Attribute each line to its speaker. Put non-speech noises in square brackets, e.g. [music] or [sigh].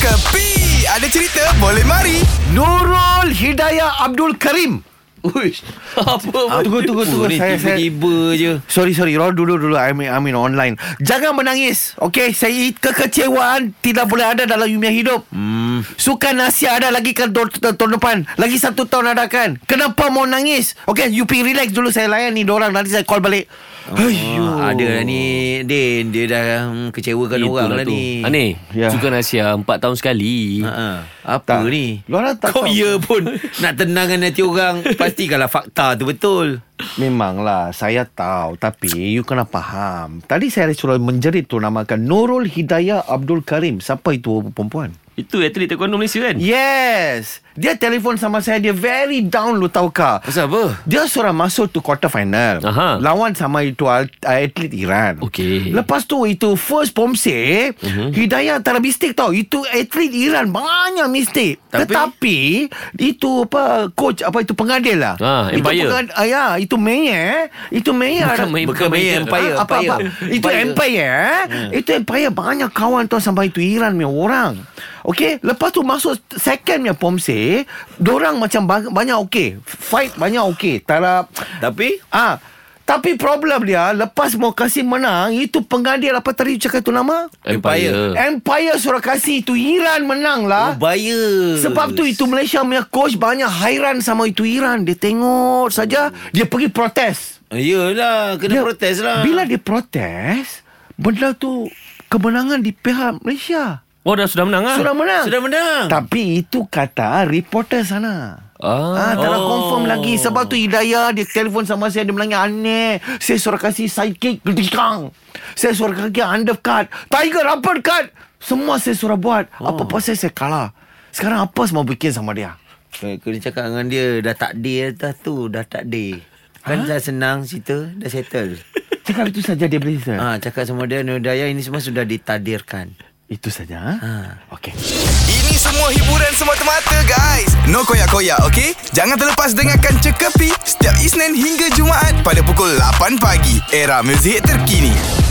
Speaker 1: Kepi Ada cerita boleh mari
Speaker 2: Nurul Hidayah Abdul Karim.
Speaker 3: Uish. [laughs] Apa pun.
Speaker 2: Tunggu, tunggu, tunggu.
Speaker 3: Oh, ni
Speaker 2: Saya- saya-
Speaker 3: tiba-tiba je.
Speaker 2: Sorry sorry Rol dulu dulu I mean, I mean online Jangan menangis Okay Saya kekecewaan Tidak boleh ada dalam dunia hidup hmm. Sukan Asia ada lagi kan tahun, tahun depan Lagi satu tahun ada kan Kenapa mau nangis Okay you ping relax dulu Saya layan ni dorang Nanti saya call balik
Speaker 3: Oh, ada lah ni Din Dia dah mm, kecewakan Itulah orang lah
Speaker 4: tu.
Speaker 3: ni
Speaker 4: Ani
Speaker 2: Ya.
Speaker 4: yeah. Sukan Asia 4 tahun sekali
Speaker 3: Ha, ha. Apa
Speaker 2: Tak.
Speaker 3: ni
Speaker 2: Lorang tak
Speaker 3: Kau
Speaker 2: tahu.
Speaker 3: ya pun Nak tenangkan hati
Speaker 2: [laughs]
Speaker 3: orang Pastikanlah fakta tu betul
Speaker 2: Memanglah Saya tahu Tapi you kena faham Tadi saya suruh menjerit tu Namakan Nurul Hidayah Abdul Karim Siapa itu perempuan?
Speaker 4: Itu atlet taekwondo Malaysia kan
Speaker 2: Yes Dia telefon sama saya Dia very down lu tahu kah
Speaker 4: Pasal apa?
Speaker 2: Dia seorang masuk to quarter final
Speaker 4: Aha.
Speaker 2: Lawan sama itu al- atlet Iran
Speaker 4: Okey. Mhm.
Speaker 2: Lepas tu itu first pomse uh-huh. Hidayah tak ada mistake tau Itu atlet Iran banyak mistake
Speaker 3: Tapi-
Speaker 2: Tetapi Itu apa coach apa itu pengadil lah
Speaker 4: Ah,
Speaker 2: Itu
Speaker 4: Empire.
Speaker 2: pengad- ah, ya, itu mayor Itu mayor
Speaker 4: Bukan mayor,
Speaker 3: bukan mayor, empire,
Speaker 2: Ah, apa, apa,
Speaker 3: empire.
Speaker 2: Itu empire
Speaker 3: Empire.
Speaker 2: Empire hmm. Itu Empire Banyak kawan tu Sampai itu Iran punya orang Okay Lepas tu masuk Second punya pomse Diorang macam ba- Banyak okay Fight banyak okay Tarap
Speaker 3: Tapi
Speaker 2: Ah, Tapi problem dia Lepas mau kasih menang Itu pengadil Apa tadi you cakap tu nama?
Speaker 4: Empire.
Speaker 2: Empire suruh kasih Itu Iran menang lah
Speaker 3: Ubaya
Speaker 2: sebab tu itu Malaysia punya coach banyak hairan sama itu Iran. Dia tengok saja, dia pergi protes.
Speaker 3: Yelah Ah, Kena protes lah
Speaker 2: Ya. Bila dia protes, benda tu kemenangan di pihak Malaysia.
Speaker 4: Oh dah sudah menang ah.
Speaker 2: Sudah menang.
Speaker 3: Sudah menang
Speaker 2: Tapi itu kata reporter sana. Ah,
Speaker 4: Ah,
Speaker 2: tak nak confirm lagi Sebab tu Hidayah Dia telefon sama saya Dia menangis aneh Saya suruh kasih sidekick Gedikang Saya suruh kaki undercut Tiger uppercut Semua saya suruh buat oh. Apa pasal saya kalah Sekarang apa semua bikin sama [laughs] dia
Speaker 3: Eh, Kena cakap dengan dia Dah tak day dah tu Dah tak day Kan dah senang cerita Dah settle
Speaker 2: Cakap itu saja dia beli saya
Speaker 3: ha, Cakap sama dia Nur Daya ini semua sudah ditadirkan
Speaker 2: Itu saja ha?
Speaker 3: Ha.
Speaker 2: Okay
Speaker 1: Ini semua hiburan semata-mata guys No koyak-koyak ok Jangan terlepas dengarkan Cekapi Setiap Isnin hingga Jumaat Pada pukul 8 pagi Era muzik terkini